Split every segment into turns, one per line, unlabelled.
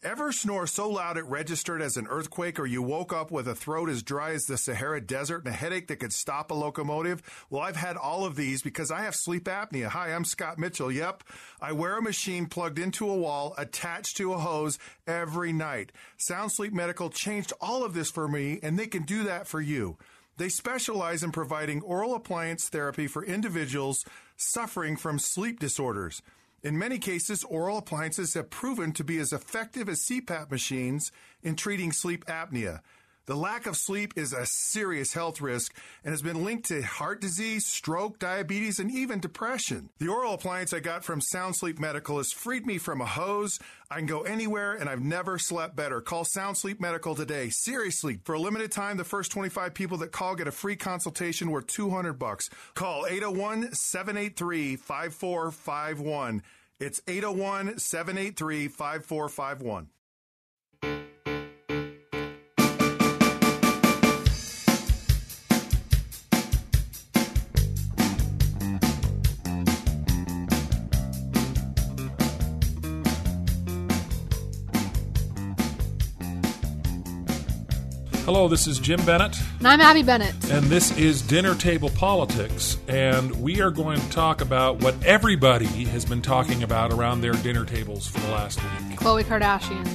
Ever snore so loud it registered as an earthquake, or you woke up with a throat as dry as the Sahara Desert and a headache that could stop a locomotive? Well, I've had all of these because I have sleep apnea. Hi, I'm Scott Mitchell. Yep. I wear a machine plugged into a wall attached to a hose every night. Sound Sleep Medical changed all of this for me, and they can do that for you. They specialize in providing oral appliance therapy for individuals suffering from sleep disorders. In many cases, oral appliances have proven to be as effective as CPAP machines in treating sleep apnea. The lack of sleep is a serious health risk and has been linked to heart disease, stroke, diabetes, and even depression. The oral appliance I got from Sound Sleep Medical has freed me from a hose. I can go anywhere and I've never slept better. Call Sound Sleep Medical today. Seriously, for a limited time, the first 25 people that call get a free consultation worth 200 bucks. Call 801-783-5451. It's 801-783-5451.
Hello, this is Jim Bennett,
And I'm Abby Bennett.
and this is Dinner Table Politics. And we are going to talk about what everybody has been talking about around their dinner tables for the last week.
Khloe Kardashian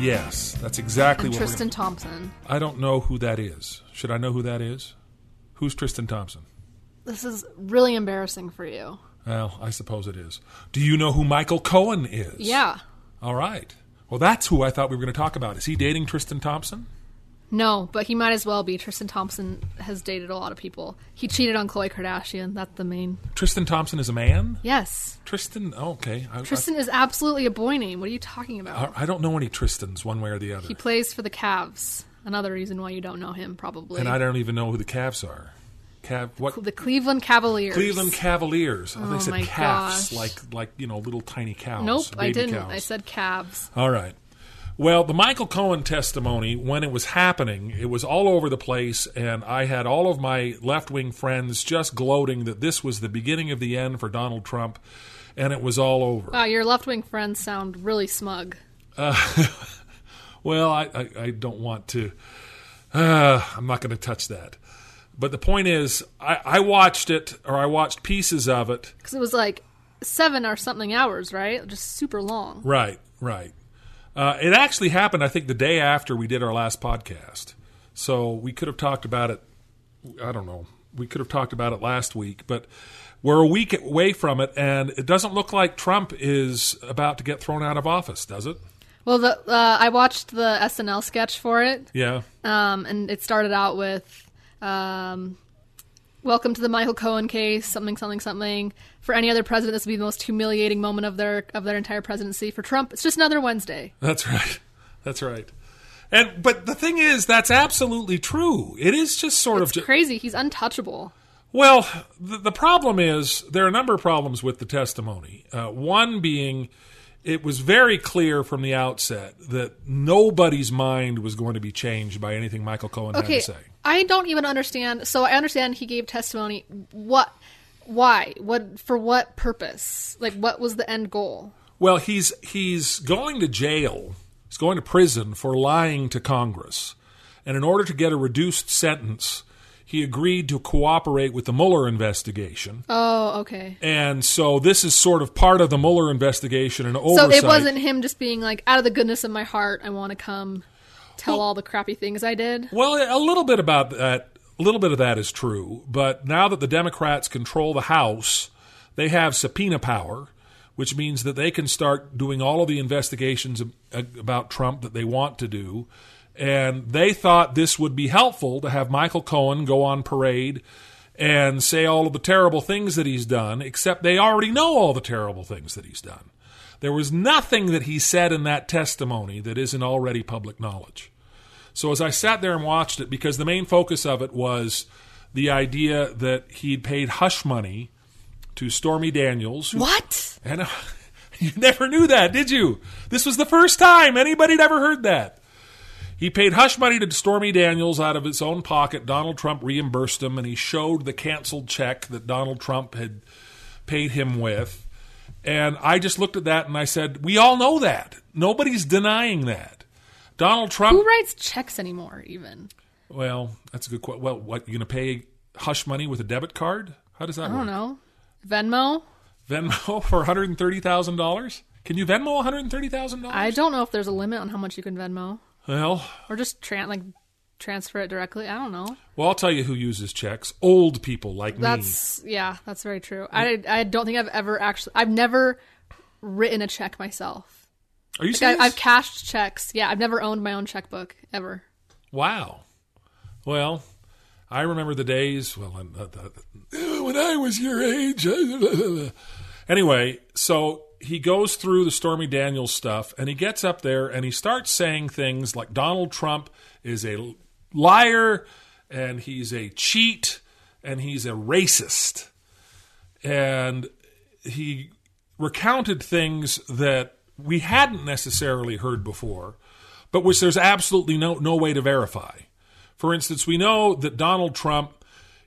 Yes, that's exactly
and
what
Tristan
we're
Thompson.
gonna, I don't know who that is. Should I know who that is? Who's Tristan Thompson?
This is really embarrassing for you.
Well, I suppose it is. Do you know who Michael Cohen is?
Yeah.
All right. Well, that's who I thought we were going to talk about. Is he dating Tristan Thompson?
No, but he might as well be. Tristan Thompson has dated a lot of people. He cheated on Khloe Kardashian. That's the main.
Tristan Thompson is a man?
Yes.
Tristan, oh, okay. I,
Tristan is absolutely a boy name. What are you talking about?
I, I don't know any Tristans one way or the other.
He plays for the Cavs. Another reason why you don't know him, probably.
And I don't even know who the Cavs are. Cav, what?
the Cleveland Cavaliers.
Cleveland Cavaliers. Oh, they
Oh,
said
my
calves,
gosh.
like like you know, little tiny cows.
Nope, I
baby
didn't.
cows.
I said Cavs.
All right. Well, the Michael Cohen testimony, when it was happening, it was all over the place, and I had all of my left wing friends just gloating that this was the beginning of the end for Donald Trump, and it was all over.
Wow, your left wing friends sound really smug.
Well, I, I, I don't want to. Uh, I'm not going to touch that. But the point is, I, I watched it, or I watched pieces of it.
Because it was like seven or something hours, right? Just super long.
Right, right. Uh, it actually happened, I think, the day after we did our last podcast. So we could have talked about it. I don't know. We could have talked about it last week, but we're a week away from it, and it doesn't look like Trump is about to get thrown out of office, does it?
Well, the uh, I watched the SNL sketch for it,
Yeah.
um, and it started out with um, "Welcome to the Michael Cohen case." Something, something, something. For any other president, this would be the most humiliating moment of their of their entire presidency. For Trump, it's just another Wednesday.
That's right. That's right. And but the thing is, that's absolutely true. It is just sort of
It's
ju-
crazy. He's untouchable.
well. The, the problem is there are a number of problems with the testimony. Uh, one being, it was very clear from the outset that nobody's mind was going to be changed by anything Michael Cohen
Okay,
had to say.
I don't even understand. So I understand he gave testimony. What? Why? What? For what purpose? Like, what was the end goal?
Well, he's he's going to jail. He's going to prison for lying to Congress. And in order to get a reduced sentence, he agreed to cooperate with the Mueller investigation.
Oh, okay.
And so this is sort of part of the Mueller investigation and
So
oversight.
it wasn't him just being like, out of the goodness of my heart, I want to come tell all the crappy things I did.
Well, a little bit about that. A little bit of that is true, but now that the Democrats control the House, they have subpoena power, which means that they can start doing all of the investigations ab- about Trump that they want to do. And they thought this would be helpful to have Michael Cohen go on parade and say all of the terrible things that he's done, except they already know all the terrible things that he's done. There was nothing that he said in that testimony that isn't already public knowledge. So as I sat there and watched it, because the main focus of it was the idea that he'd paid hush money to Stormy Daniels. who-
What?
and uh, you never knew that, did you? This was the first time anybody'd ever heard that. He paid hush money to Stormy Daniels out of his own pocket. Donald Trump reimbursed him, and he showed the canceled check that Donald Trump had paid him with. And I just looked at that and I said, we all know that. Nobody's denying that. Donald Trump.
Who writes checks anymore? Even
Well, that's a good question. Well, what you gonna pay hush money with a debit card? How does that
I
work?
don't know. Venmo.
Venmo for one hundred and thirty thousand dollars? Can you Venmo one hundred and thirty thousand dollars?
I don't know if there's a limit on how much you can Venmo
Well,
or just tran like transfer it directly. I don't know.
well, I'll tell you who uses checks. Old people like me.
That's yeah, that's very true. I I don't think I've ever actually I've never written a check myself.
Are you
Like,
serious?
I, I've cashed checks. Yeah, I've never owned my own checkbook ever.
Wow. Well, I remember the days. Well, I'm, uh, uh, when I was your age. anyway, so he goes through the Stormy Daniels stuff, and he gets up there and he starts saying things like Donald Trump is a liar, and he's a cheat, and he's a racist, and he recounted things that we hadn't necessarily heard before, but which there's absolutely no, no way to verify. For instance, we know that Donald Trump,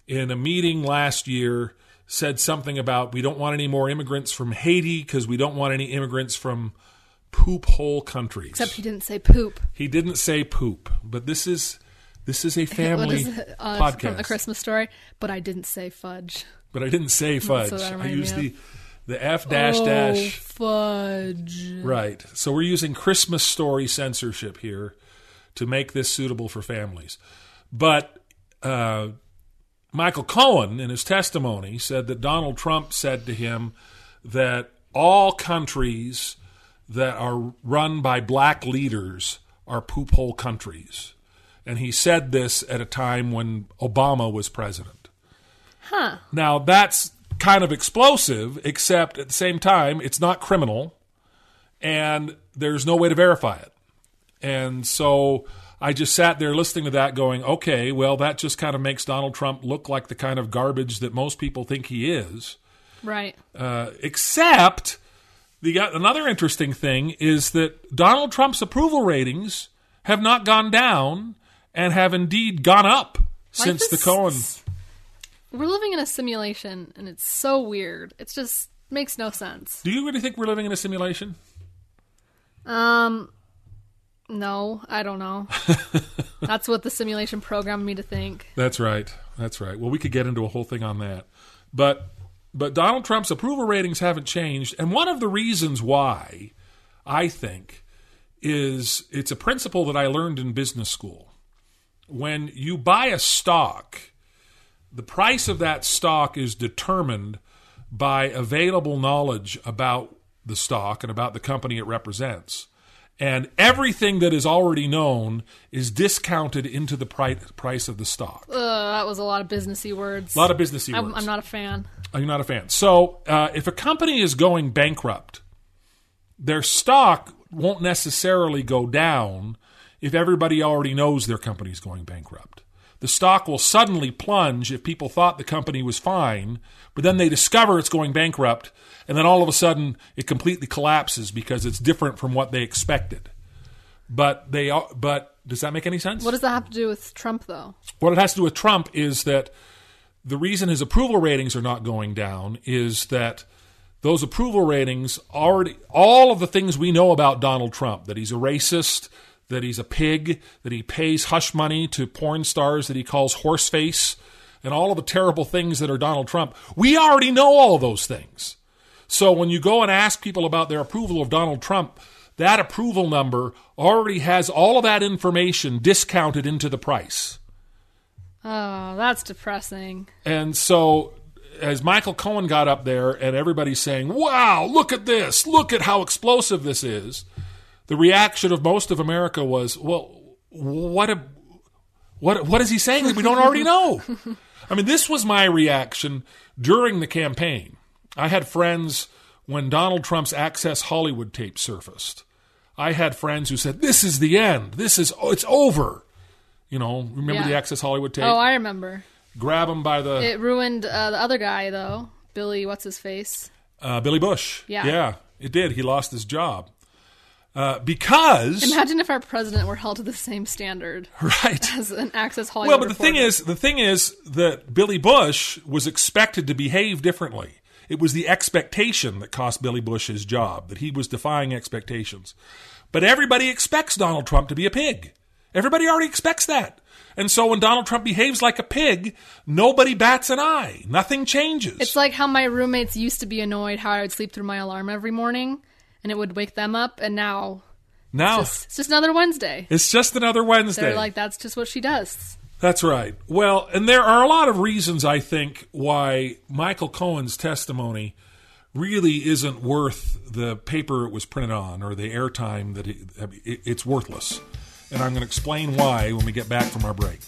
in a meeting last year, said something about we don't want any more immigrants from Haiti because we don't want any immigrants from poop hole countries.
Except he didn't say poop.
he didn't say poop, but this is this is a
What
family
is it? Uh, it's from
podcast.
the Christmas story, but I didn't say fudge.
but I didn't say fudge.
what that
I
reminded
used
me Oh.
the the f dash dash.
fudge.
Right. So we're using Christmas story censorship here to make this suitable for families. But uh, Michael Cohen, in his testimony, said that Donald Trump said to him that all countries that are run by black leaders are poop hole countries. And he said this at a time when Obama was president. Huh. Now, that's kind of explosive, except at the same time, it's not criminal and there's no way to verify it. And so I just sat there listening to that going, okay, well, that just kind of makes Donald Trump look like the kind of garbage that most people think he is.
Right.
Uh, except the another interesting thing is that Donald Trump's approval ratings have not gone down and have indeed gone up since the
is
Cohen.
We're living in a simulation, and it's so weird. It's just makes no sense.
Do you really think we're living in a simulation?
Um, no, I don't know. That's what the simulation programmed me to think.
That's right. That's right. Well, we could get into a whole thing on that. But but Donald Trump's approval ratings haven't changed, and one of the reasons why I think is it's a principle that I learned in business school. When you buy a stock, the price of that stock is determined by available knowledge about the stock and about the company it represents. And everything that is already known is discounted into the pri- price of the stock.
Ugh, Uh, that was a lot of businessy words.
A lot of businessy words.
I'm, I'm not a fan.
You're not a fan. So uh, if a company is going bankrupt, their stock won't necessarily go down if everybody already knows their company's going bankrupt. The stock will suddenly plunge if people thought the company was fine, but then they discover it's going bankrupt, and then all of a sudden it completely collapses because it's different from what they expected. But they, are- but does that make any sense?
What does that have to do with Trump, though?
What it has to do with Trump is that the reason his approval ratings are not going down is that those approval ratings already, all of the things we know about Donald Trump that he's a racist, that he's a pig, that he pays hush money to porn stars that he calls horseface, and all of the terrible things that are Donald Trump, we already know all those things. So when you go and ask people about their approval of Donald Trump, that approval number already has all of that information discounted into the price.
Oh, that's depressing.
And so as Michael Cohen got up there and everybody's saying, "Wow, look at this. Look at how explosive this is." The reaction of most of America was, "Well, what a what what is he saying that we don't already know?" I mean, this was my reaction during the campaign. I had friends when Donald Trump's Access Hollywood tape surfaced. I had friends who said, "This is the end. This is oh, it's over." You know, remember
Yeah.
the Access Hollywood tape?
Oh, I remember.
Grab him by the
It ruined uh, the other guy, though. Billy, what's his face?
Uh, Billy Bush.
Yeah.
Yeah, it did. He lost his job. Uh, because,
Imagine if our president were held to the same standard
right.
as an Access Hollywood.
Well, but the thing
reporter.
is, the thing is that Billy Bush was expected to behave differently. It was the expectation that cost Billy Bush his job, that he was defying expectations. But everybody expects Donald Trump to be a pig. Everybody already expects that. And so when Donald Trump behaves like a pig, nobody bats an eye. Nothing changes.
It's like how my roommates used to be annoyed how I would sleep through my alarm every morning and it would wake them up, and now
now
it's just, it's just another Wednesday.
it's just another Oh. Wednesday.
They're like, that's just what she does.
That's right. Well, and there are a lot of reasons I think why Michael Cohen's testimony really isn't worth the paper it was printed on or the airtime that it, I mean, it, it's worthless. And I'm going to explain why when we get back from our break.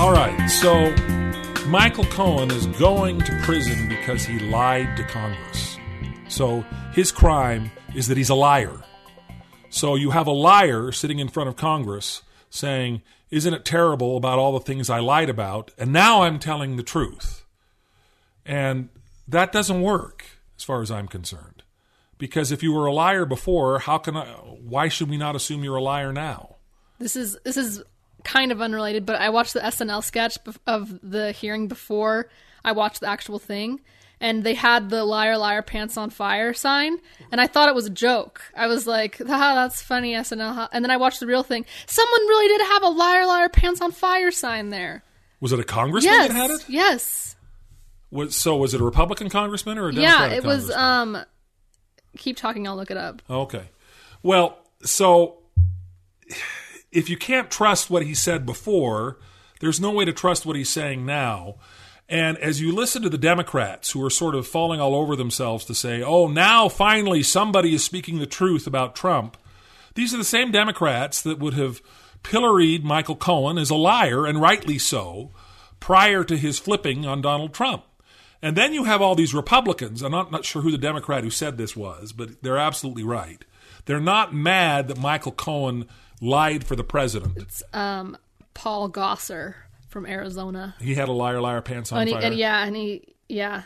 All right, so Michael Cohen is going to prison because he lied to Congress. So his crime is that he's a liar. So you have a liar sitting in front of Congress saying, Isn't it terrible about all the things I lied about? And now I'm telling the truth. And that doesn't work as far as I'm concerned. Because if you were a liar before, how can I, why should we not assume you're a liar now?
This is this is kind of unrelated, but I watched the SNL sketch bef- of the hearing before I watched the actual thing, and they had the liar liar pants on fire sign, and I thought it was a joke. I was like, "Haha, that's funny SNL." huh?" And then I watched the real thing. Someone really did have a liar liar pants on fire sign there.
Was it a congressman
Yes.
that had it?
Yes.
Was, so was it a Republican congressman or a
Yeah,
Democratic
it was
congressman?
um keep talking, I'll look it up.
okay. Well, so if you can't trust what he said before, there's no way to trust what he's saying now. And as you listen to the Democrats who are sort of falling all over themselves to say, oh, now finally somebody is speaking the truth about Trump, these are the same Democrats that would have pilloried Michael Cohen as a liar, and rightly so, prior to his flipping on Donald Trump. And then you have all these Republicans. I'm not, not sure who the Democrat who said this was, but they're absolutely right. They're not mad that Michael Cohen lied for the president.
Um Paul Gosser from Arizona.
He had a liar, liar, pants on
And, he,
fire.
and yeah, and he yeah.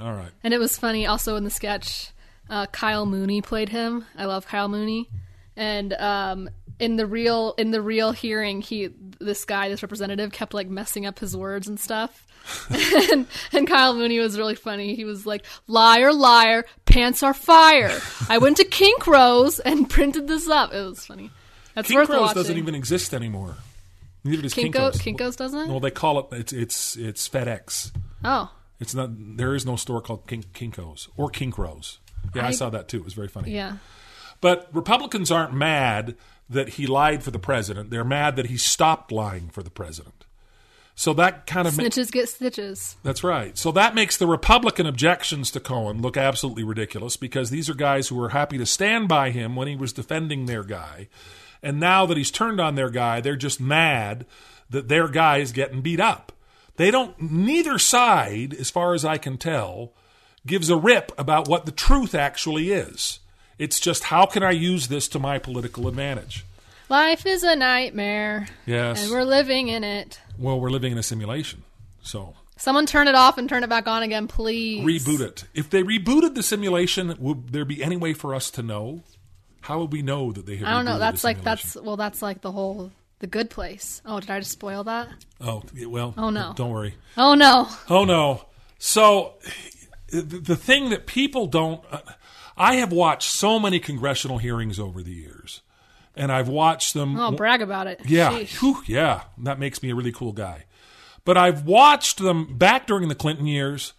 All right.
And it was funny also in the sketch, uh, Kyle Mooney played him. I love Kyle Mooney. And um, in the real in the real hearing, he this guy, this representative, kept like messing up his words and stuff. and, and Kyle Mooney was really funny. He was like, "Liar, liar, pants are fire." I went to Kink Rose and printed this up. It was funny. That's
King
worth
Crow's
watching.
doesn't even exist anymore. Neither does
Kinko,
Kinko's.
Kinko's doesn't.
Well, they call it it's it's it's FedEx.
oh,
It's not. There is no store called Kin- Kinko's or Kinkrose. Yeah, I,
I-
saw that too. It was very funny.
yeah.
But Republicans aren't mad that he lied for the president. They're mad that he stopped lying for the president. So that kind of ma-
Snitches get stitches.
That's right. So that makes the Republican objections to Cohen look absolutely ridiculous because these are guys who were happy to stand by him when he was defending their guy. And now that he's turned on their guy, they're just mad that their guy is getting beat up. They don't, neither side, as far as I can tell, gives a rip about what the truth actually is. It's just how can I use this to my political advantage?
Life is a nightmare.
Yes.
And we're living in it.
well, we're living in a simulation. So
Someone turn it off and turn it back on again, please.
reboot it. If they rebooted the simulation, would there be any way for us to know? How would we know that they had?
I don't
rebooted
know.
the
That's like
simulation?
that's well, that's like the whole the good place. Oh, did I just spoil that?
Oh yeah, well.
Oh, no.
Don't worry.
Oh no.
Oh no. So the- the thing that people don't, uh, I have watched so many congressional hearings over the years, and I've watched them.
Oh, brag about it.
Yeah,
Sheesh.
whew, yeah, that makes me a really cool guy. But I've watched them back during the Clinton years.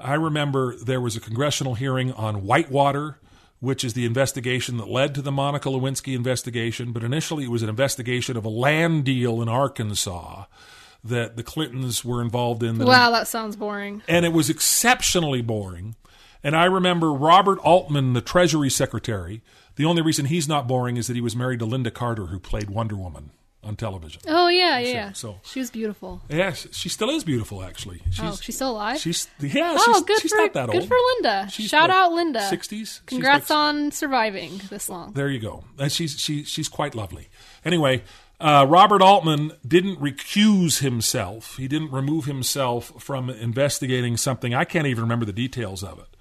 I remember there was a congressional hearing on Whitewater, which is the investigation that led to the Monica Lewinsky investigation. But initially, it was an investigation of a land deal in Arkansas that the Clintons were involved in. that
Wow, that sounds boring.
and it was exceptionally boring. And I remember Robert Altman, the Treasury Secretary. The only reason he's not boring is that he was married to Linda Carter, who played Wonder Woman on television.
Oh yeah, yeah. yeah.
so-
she was beautiful.
Yeah, she she still is beautiful, actually. She's,
oh, she's still alive.
she's yeah,
oh,
she's,
good
she's
for
not that old.
good for Linda.
She's
Shout
what,
out Linda.
60s? She's
Congrats
like-
on surviving this long.
Uh, There you go. And she's she she's quite lovely. Anyway, Uh, Robert Altman didn't recuse himself. He didn't remove himself from investigating something. I can't even remember the details of it.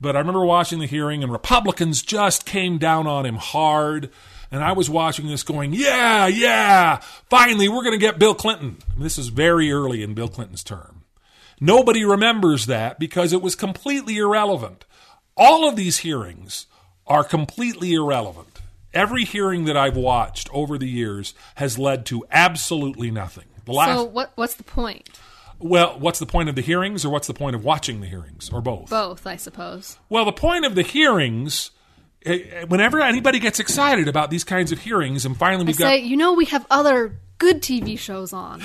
But I remember watching the hearing, and Republicans just came down on him hard. And I was watching this going, yeah, yeah, finally, we're going to get Bill Clinton. I mean, this is very early in Bill Clinton's term. Nobody remembers that because it was completely irrelevant. All of these hearings are completely irrelevant. Every hearing that I've watched over the years has led to absolutely nothing. The last,
So what? What's the point?
well, what's the point of the hearings, or what's the point of watching the hearings, or both?
Both, I suppose.
Well, the point of the hearings, eh, eh, whenever anybody gets excited about these kinds of hearings, and finally
I
we've got
say, you know, we have other good TV shows on.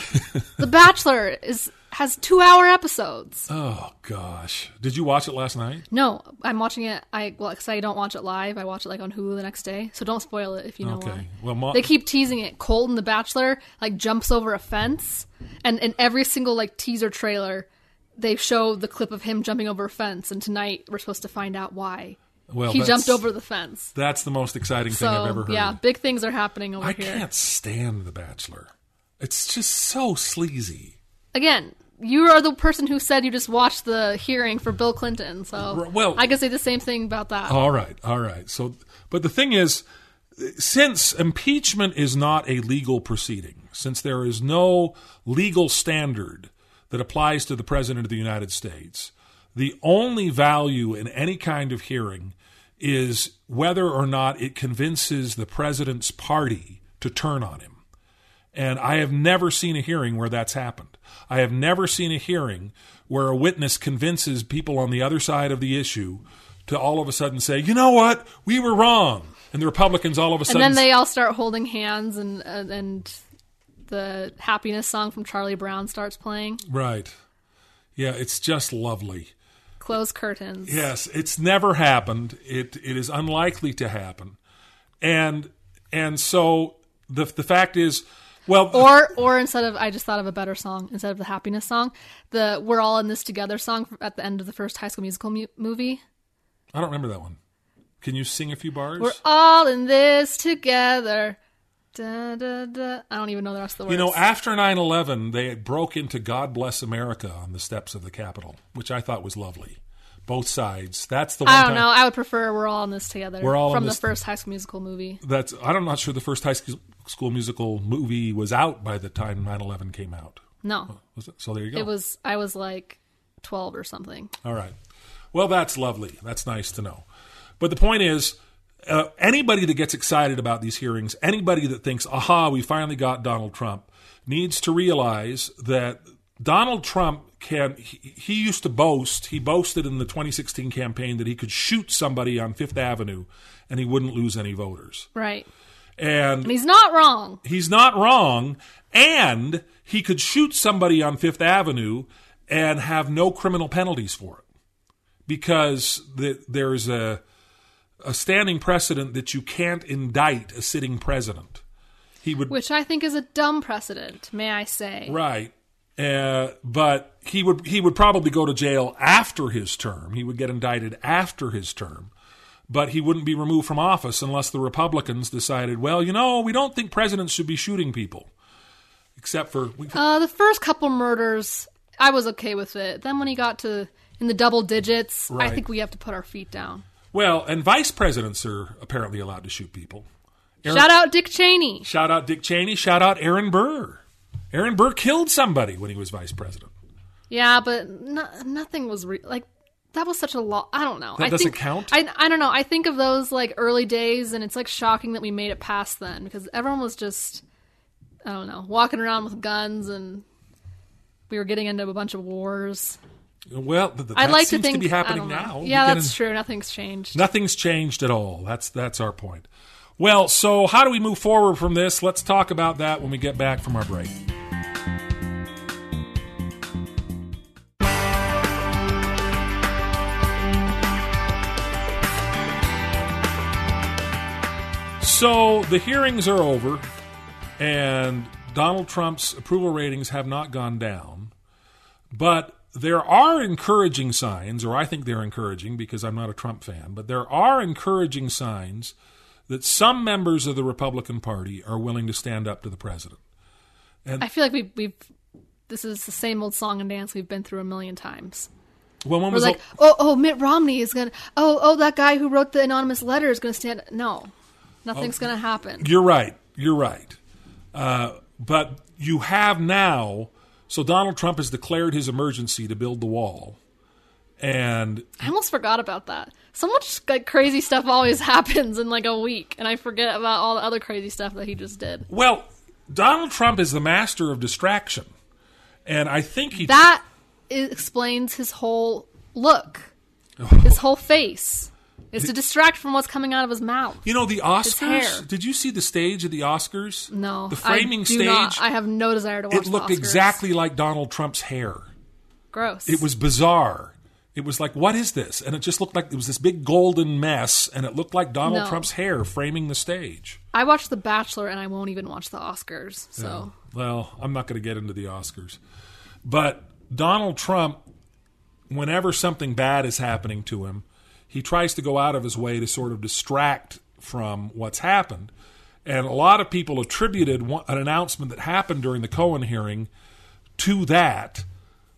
the Bachelor is has two hour episodes.
oh gosh, did you watch it last night?
No, I'm watching it. I well, because I don't watch it live. I watch it like on Hulu the next day. So don't spoil it if you know
Okay.
why.
Well, Ma-
they keep teasing it. Colton the Bachelor like jumps over a fence, and in every single like teaser trailer, they show the clip of him jumping over a fence. And tonight we're supposed to find out why
Well,
he
Oh, that's-
jumped over the fence.
That's the most exciting
So
thing I've ever heard.
yeah, big things are happening over
I
here.
can't stand The Bachelor. It's just so sleazy.
Again, you are the person who said you just watched the hearing for Bill Clinton. So
R- well-
I could say the same thing about that.
All right, all right. So, but the thing is, since impeachment is not a legal proceeding, since there is no legal standard that applies to the President of the United States, the only value in any kind of hearing is whether or not it convinces the President's party to turn on him. And I have never seen a hearing where that's happened. I have never seen a hearing where a witness convinces people on the other side of the issue to all of a sudden say, you know what, we were wrong. And the Republicans all of a
and
sudden.
then they all start holding hands, and and, and the happiness song from Charlie Brown starts playing.
right. Yeah, it's just lovely.
Close curtains.
Yes, it's never happened. It it is unlikely to happen. And and so the the fact is well
Or or instead of I just thought of a better song instead of the happiness song, the we're all in this together song at the end of the first High School Musical mu- movie.
I don't remember that one. Can you sing a few bars?
We're all in this together. Da, da, da. I don't even know the rest of the words.
You know, after 9 11, they broke into God Bless America on the steps of the Capitol, which I thought was lovely. Both sides. That's the one
I don't
time.
know. I would prefer we're all in this together.
We're all in
from
this-
the first High School Musical movie.
That's, I'm not sure the first high school, school musical movie was out by the time 9 11 came out.
No,
Was it? So there you go.
it was. I was like twelve or something.
All right. Well, that's lovely. That's nice to know. But the point is, uh, anybody that gets excited about these hearings, anybody that thinks, aha, we finally got Donald Trump, needs to realize that Donald Trump can, he, he used to boast, he boasted in the 2016 campaign that he could shoot somebody on Fifth Avenue and he wouldn't lose any voters.
Right.
And
And he's not wrong.
he's not wrong and he could shoot somebody on fifth avenue and have no criminal penalties for it because the, there's a, a standing precedent that you can't indict a sitting president he would
Which I think is a dumb precedent, may I say.
right uh, but he would he would probably go to jail after his term he would get indicted after his term but he wouldn't be removed from office unless the republicans decided well you know we don't think presidents should be shooting people except for we,
Uh, the first couple murders, I was okay with it. Then when he got to in the double digits,
Right.
I think we have to put our feet down.
Well, and vice presidents are apparently allowed to shoot people. Aaron-
Shout out Dick Cheney.
Shout out Dick Cheney. Shout out Aaron Burr. Aaron Burr killed somebody when he was vice president.
Yeah, but no, nothing was re- like that was such a lot. I don't know.
That
I
doesn't
think,
count?
I I don't know. I think of those like early days, and it's like shocking that we made it past then because everyone was just I don't know walking around with guns and. We were getting into a bunch of wars.
Well, th- th-
I'd
that
like
seems
to think
be
I
happening
don't know.
now.
Yeah,
You get
that's
in-
true. Nothing's changed.
Nothing's changed at all. That's that's our point. Well, so how do we move forward from this? Let's talk about that when we get back from our break. So the hearings are over, and Donald Trump's approval ratings have not gone down. But there are encouraging signs, or I think they're encouraging because I'm not a Trump fan, but there are encouraging signs that some members of the Republican Party are willing to stand up to the president.
I feel like we, we've this is the same old song and dance we've been through a million times.
Well, when
We're
was
like,
the-
oh, oh, Mitt Romney is gonna, oh, oh, that guy who wrote the anonymous letter is gonna stand. No,
Oh.
nothing's gonna happen.
You're right. You're right. Uh, but you have now. So Donald Trump has declared his emergency to build the wall, and
I almost forgot about that. So much like crazy stuff always happens in like a week, and I forget about all the other crazy stuff that he just did.
well, Donald Trump is the master of distraction, and I think he
That i- explains his whole look, his whole face. It's to distract from what's coming out of his mouth.
You know the
hair.
Oscars. Did you see the stage at the Oscars?
No,
the framing
I do
stage.
Not, I have no desire to watch.
it looked
the Oscars.
exactly like Donald Trump's hair.
gross.
It was bizarre. It was like, what is this? And it just looked like it was this big golden mess, and it looked like Donald
No.
Trump's hair framing the stage.
I watched The Bachelor, and I won't even watch the Oscars. So
Well, I'm not going to get into the Oscars. But Donald Trump, whenever something bad is happening to him, he tries to go out of his way to sort of distract from what's happened. And a lot of people attributed one, an announcement that happened during the Cohen hearing to that.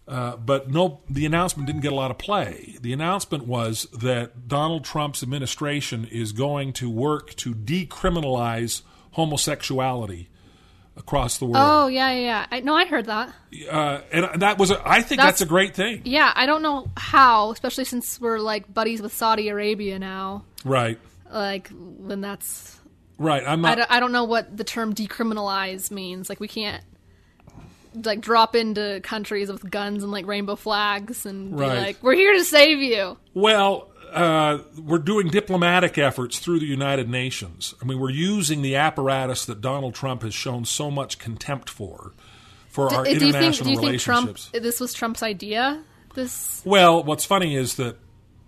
Uh, but no, the announcement didn't get a lot of play. The announcement was that Donald Trump's administration is going to work to decriminalize homosexuality across the world.
oh yeah, yeah, yeah. I, no, I heard that.
Uh, and that was, a, I think that's,
That's-
a great thing,
Yeah, I don't know how, especially since we're like buddies with Saudi Arabia now.
right?
Like when that's
Right. I'm
I
not.
don't, I don't know what the term decriminalize means. Like we can't like drop into countries with guns and like rainbow flags and be
Right.
like we're here to save you.
Well, uh, we're doing diplomatic efforts through the United Nations. I mean, we're using the apparatus that Donald Trump has shown so much contempt for, for our
do you think
international
do you think Trump
relationships.
this was Trump's idea? This
Well, what's funny is that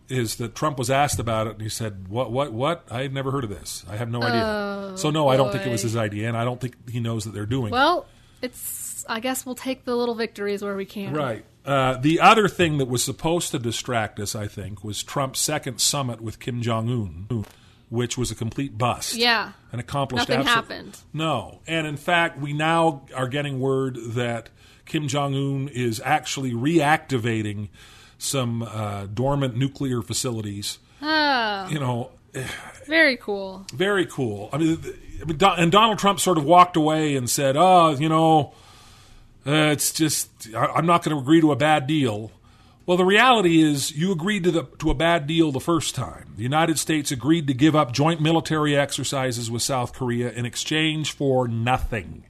is that Trump was asked about it and he said, "What? What? What? I've never heard of this. I have no idea." So no, I don't think it was
Oh, boy.
his idea, and I don't think he knows that they're doing. it.
well, it's I guess we'll take the little victories where we can.
Right. Uh, the other thing that was supposed to distract us, I think, was Trump's second summit with Kim Jong Un, which was a complete bust.
Yeah.
And accomplished
Nothing
absolute-
happened.
No. And in fact, we now are getting word that Kim Jong Un is actually reactivating some uh, dormant nuclear facilities.
Oh,
You know,
very cool.
very cool. I mean, th- I mean, Don- and Donald Trump sort of walked away and said, "Oh, you know, uh, it's just I- I'm not going to agree to a bad deal." Well, the reality is, you agreed to the to a bad deal the first time. The United States agreed to give up joint military exercises with South Korea in exchange for nothing.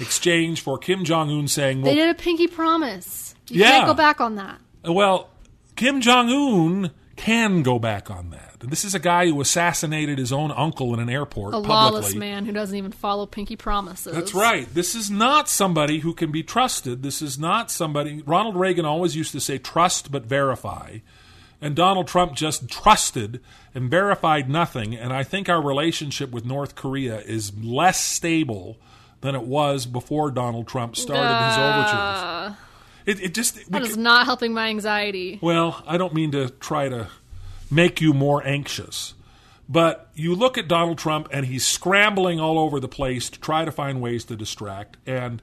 Exchange for Kim Jong Un saying,
They
"Well,
did a pinky promise. You
Yeah.
can't go back on that.
uh, well, Kim Jong Un." Can go back on that. This is a guy who assassinated his own uncle in an airport.
A
publicly.
lawless man who doesn't even follow pinky promises.
That's right. This is not somebody who can be trusted. This is not somebody. Ronald Reagan always used to say, trust but verify. And Donald Trump just trusted and verified nothing. And I think our relationship with North Korea is less stable than it was before Donald Trump started
Uh,
his overtures. It, it just. we
That is
c-
not helping my anxiety.
well, I don't mean to try to make you more anxious, but you look at Donald Trump and he's scrambling all over the place to try to find ways to distract and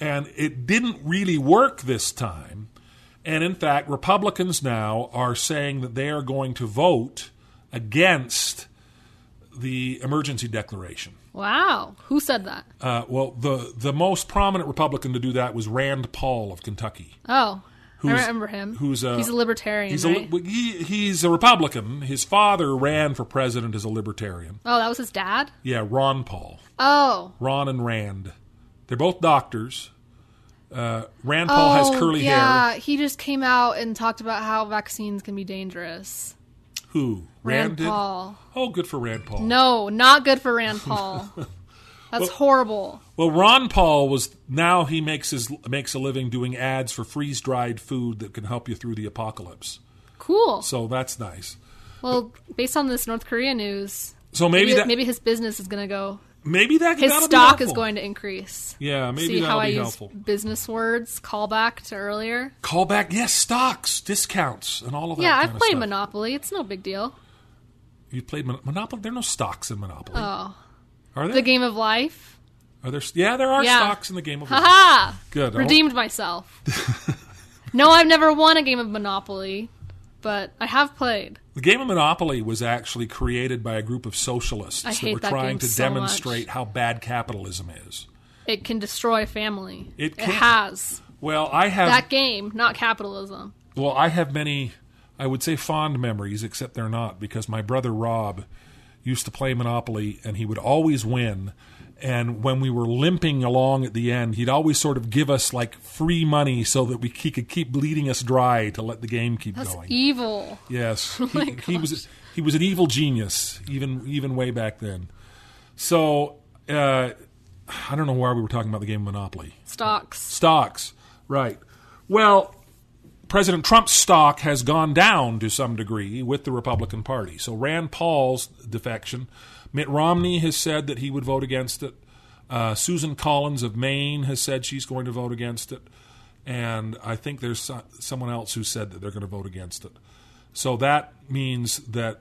and it didn't really work this time. And in fact, Republicans now are saying that they are going to vote against the emergency declaration.
Wow. Who said that?
Uh, well, the the most prominent Republican to do that was Rand Paul of Kentucky.
Oh, I
who's-
remember him.
who's a-
he's a libertarian,
He's
right?
a he, he's a Republican. His father ran for president as a libertarian.
oh, that was his dad?
Yeah, Ron Paul,
Oh.
Ron and Rand. They're both doctors. Uh, Rand Paul has
Oh,
curly
yeah.
hair.
he just came out and talked about how vaccines can be dangerous.
Who
Rand,
did?
Paul.
Oh, good for Rand Paul.
No, not good for Rand Paul. That's horrible.
Well, Ron Paul was now he makes his makes a living doing ads for freeze dried food that can help you through the apocalypse.
Cool.
So that's nice.
well, based on this North Korea news,
So maybe
maybe,
that maybe,
maybe his business is going to go.
that
His
that'll be
stock is
helpful.
going to increase.
Yeah, maybe
See
that'll
how I
be
use
helpful.
business words, callback to earlier.
Call back, yes, stocks, discounts, and all of that.
yeah,
kind
I've
of
played
stuff.
Monopoly. It's no big deal.
You played Mon- Monopoly. There are no stocks in Monopoly.
Oh,
are there?
the game of life.
are there? Yeah, there are
Yeah.
stocks in the game of. Life.
Haha!
Good. I'll-
Redeemed myself. no, I've never won a game of Monopoly, but I have played.
The game of Monopoly was actually created by a group of socialists
I
that
hate
were
that
trying
game
to
so much.
demonstrate how bad capitalism is.
It can destroy a family.
It can.
has.
Well, I have
That game, not capitalism.
well, I have many I would say fond memories except they're not because my brother Rob used to play Monopoly and he would always win and when we were limping along at the end, he'd always sort of give us like free money so that we he could keep bleeding us dry to let the game keep
That's
going.
evil.
Yes, he, he was he was an evil genius even even way back then. So uh, I don't know why we were talking about the game Monopoly
Stocks.
stocks, right? Well, President Trump's stock has gone down to some degree with the Republican Party. So Rand Paul's defection, Mitt Romney has said that he would vote against it. Uh, Susan Collins of Maine has said she's going to vote against it, and I think there's so- someone else who said that they're going to vote against it. So that means that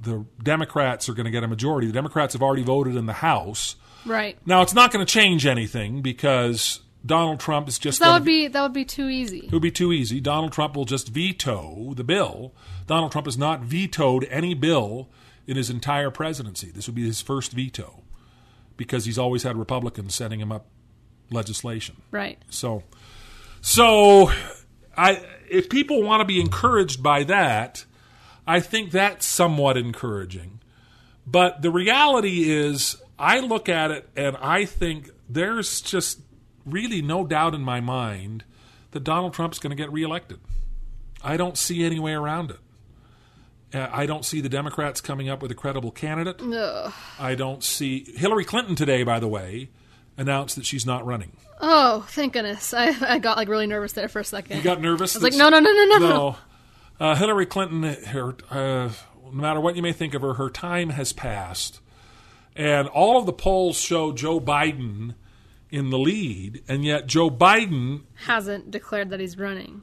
the Democrats are going to get a majority. The Democrats have already voted in the House.
Right.
Now it's not going to change anything because Donald Trump is just
That
going
would
to
be that would be too easy.
it would be too easy. Donald Trump will just veto the bill. Donald Trump has not vetoed any bill in his entire presidency. This would be his first veto because he's always had Republicans setting him up legislation.
Right.
So, so I if people want to be encouraged by that, I think that's somewhat encouraging. But the reality is, I look at it and I think there's just really no doubt in my mind that Donald Trump's going to get reelected. I don't see any way around it. Uh, I don't see the Democrats coming up with a credible candidate.
Ugh.
I don't see Hillary Clinton today, by the way, announced that she's not running.
Oh, thank goodness. I, I got like really nervous there for a second.
You got nervous.
I was like, no, no, no, no, no, no.
no. Uh, Hillary Clinton, her, uh, no matter what you may think of her, her time has passed. And all of the polls show Joe Biden in the lead, and yet Joe Biden,
Hasn't declared that he's running.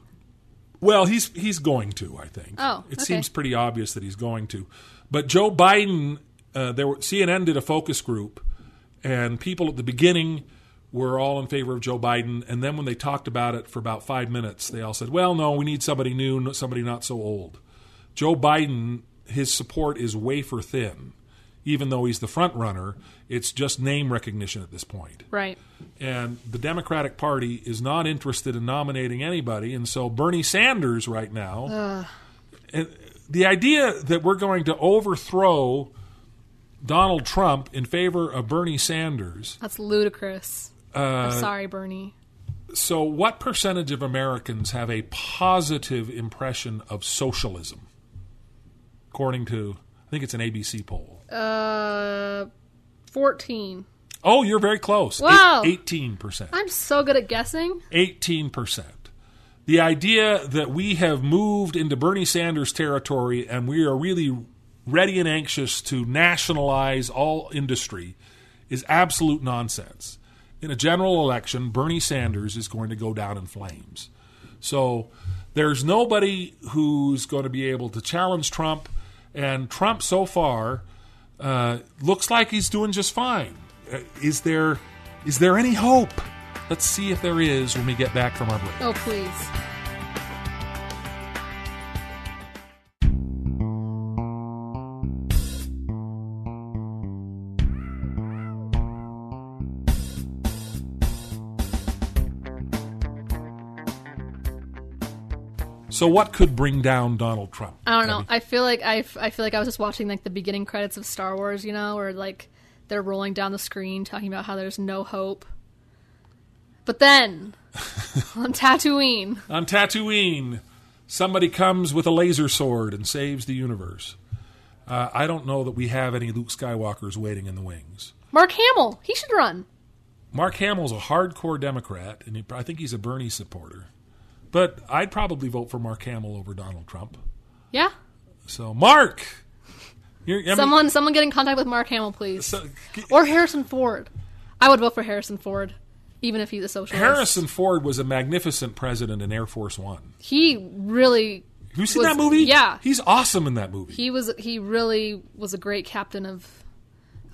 well, he's he's going to, I think.
Oh,
it
okay.
seems pretty obvious that he's going to. But Joe Biden, uh, there were, CNN did a focus group, and people at the beginning were all in favor of Joe Biden, and then when they talked about it for about five minutes, they all said, "Well, no, we need somebody new, no- somebody not so old." Joe Biden, his support is wafer thin, even though he's the front runner. It's just name recognition at this point
Right.
and the Democratic Party is not interested in nominating anybody, and so Bernie Sanders right now. And the idea that we're going to overthrow Donald Trump in favor of Bernie Sanders.
That's ludicrous. I'm sorry, Bernie.
So, what percentage of Americans have a positive impression of socialism? According to, I think it's an ABC poll.
Uh, 14.
Oh, you're very close.
Wow.
Eighteen percent.
I'm so good at guessing.
18%. The idea that we have moved into Bernie Sanders territory and we are really ready and anxious to nationalize all industry is absolute nonsense. In a general election, Bernie Sanders is going to go down in flames. So there's nobody who's going to be able to challenge Trump. And Trump, so far, uh, looks like he's doing just fine. Uh, is there is there any hope? Let's see if there is when we get back from our break.
Oh, please.
So, what could bring down Donald Trump?
I don't know. I feel like I, f- I feel like I was just watching like the beginning credits of Star Wars, you know, where like they're rolling down the screen talking about how there's no hope. But then on Tatooine,
On Tatooine, somebody comes with a laser sword and saves the universe. Uh, I don't know that we have any Luke Skywalkers waiting in the wings.
Mark Hamill, he should run.
Mark Hamill's a hardcore Democrat, and he, I think he's a Bernie supporter. But I'd probably vote for Mark Hamill over Donald Trump.
Yeah,
So, Mark, you're, I mean,
someone someone get in contact with Mark Hamill, please,
so-
or Harrison Ford. I would vote for Harrison Ford, even if he's a socialist.
Harrison Ford was a magnificent president in Air Force One.
he really
Have you seen
was-
that movie?
yeah.
He's awesome in that movie.
He was he really was a great captain of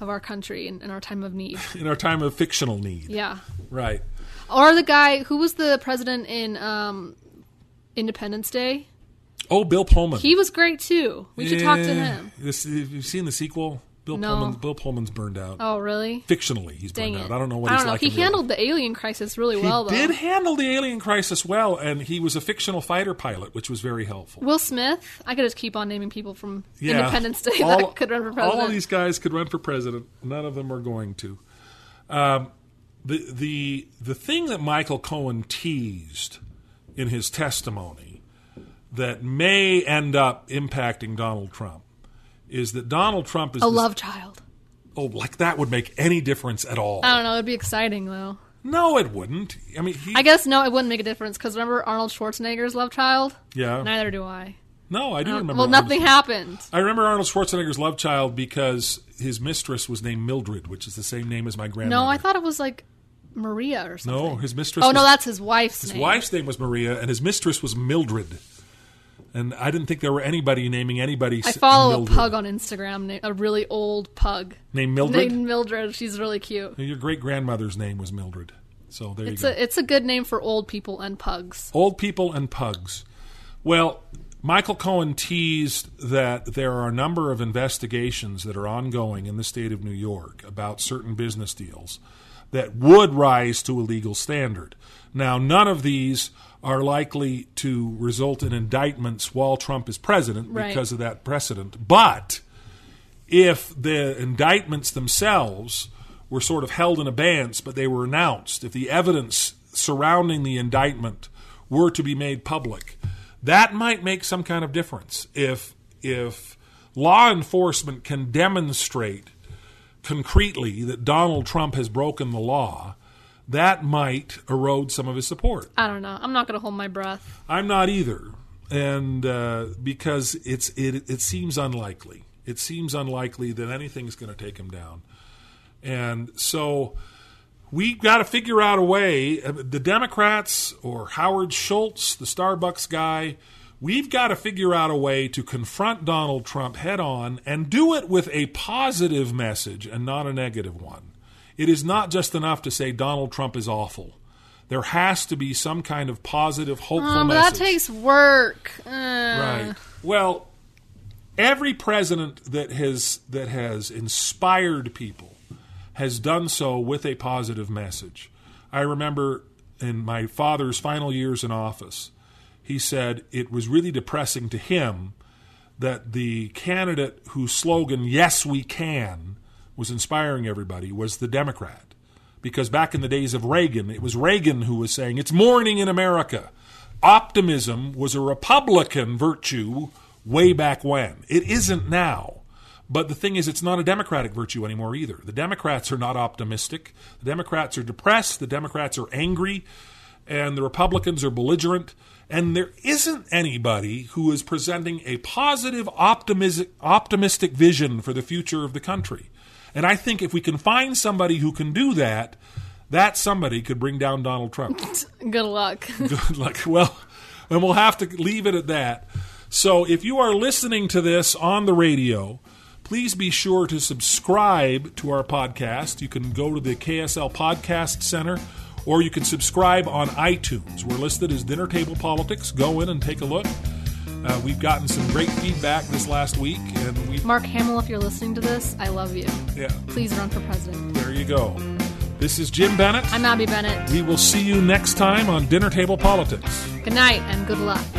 of our country in, in our time of need.
in our time of fictional need.
Yeah.
Right.
Or the guy who was the president in um, Independence Day.
Oh, Bill Pullman.
He was great too. We should talk to
Yeah.
him.
This, have you seen the sequel? Bill
No.
Pullman. Bill Pullman's burned out.
Oh really?
Fictionally, he's
Dang
burned
it.
out. I don't know what he's like.
He
in real
handled the alien crisis really
He
well though.
did handle the alien crisis well, and he was a fictional fighter pilot, which was very helpful.
Will Smith. I could just keep on naming people from
Yeah.
Independence Day
All-
that could run for
All
president.
of these guys could run for president. None of them are going to. Um, the the the thing that Michael Cohen teased in his testimony that may end up impacting Donald Trump is that Donald Trump is
a
this-
love child.
oh like that would make any difference at all.
I don't know. It'd be exciting though.
no, it wouldn't. I mean, he,
I guess no, it wouldn't make a difference because remember Arnold Schwarzenegger's love child.
yeah.
Neither do I.
no, I do remember.
Oh, well,
Arnold
nothing happened.
I remember Arnold Schwarzenegger's love child because his mistress was named Mildred, which is the same name as my grandmother.
No, I thought it was like Maria or something.
no, his mistress.
Oh
was,
no, that's his wife's
his
name.
wife's name was Maria, and his mistress was Mildred. And I didn't think there were anybody naming anybody.
I follow
Mildred.
a pug on Instagram, na- a really old pug
named Mildred.
named Mildred. She's really cute.
Your great grandmother's name was Mildred, so there
It's
you go.
a it's a good name for old people and pugs.
Old people and pugs. Well, Michael Cohen teased that there are a number of investigations that are ongoing in the state of New York about certain business deals that would rise to a legal standard. Now, none of these are likely to result in indictments while Trump is president
Right.
because of that precedent, but if the indictments themselves were sort of held in abeyance, but they were announced, if the evidence surrounding the indictment were to be made public, that might make some kind of difference. If if law enforcement can demonstrate concretely that Donald Trump has broken the law, that might erode some of his support.
I don't know. I'm not gonna hold my breath.
I'm not either, and uh, because it's it it seems unlikely. It seems unlikely that anything's going to take him down, and so we've got to figure out a way. uh, The Democrats or Howard Schultz, the Starbucks guy. We've got to figure out a way to confront Donald Trump head on and do it with a positive message and not a negative one. It is not just enough to say Donald Trump is awful. There has to be some kind of positive, hopeful
Um, but that
message.
takes work. Uh,
Right. Well, every president that has that has inspired people has done so with a positive message. I remember in my father's final years in office, he said it was really depressing to him that the candidate whose slogan "Yes, we can" was inspiring everybody was the Democrat. Because back in the days of Reagan, it was Reagan who was saying, It's morning in America. Optimism was a Republican virtue way back when. It isn't now. But the thing is, it's not a Democratic virtue anymore either. The Democrats are not optimistic. The Democrats are depressed. The Democrats are angry. And the Republicans are belligerent. And there isn't anybody who is presenting a positive, optimistic, optimistic vision for the future of the country. And I think if we can find somebody who can do that, that somebody could bring down Donald Trump.
Good luck.
Good luck. Well, and we'll have to leave it at that. So if you are listening to this on the radio, please be sure to subscribe to our podcast. You can go to the KSL Podcast Center or you can subscribe on iTunes. We're listed as Dinner Table Politics. Go in and take a look. Uh, we've gotten some great feedback this last week, and we
Mark Hamill, if you're listening to this, I love you.
yeah,
Please run for president.
there you go. This is Jim Bennett.
I'm Abby Bennett.
We will see you next time on Dinner Table Politics.
Good night and good luck.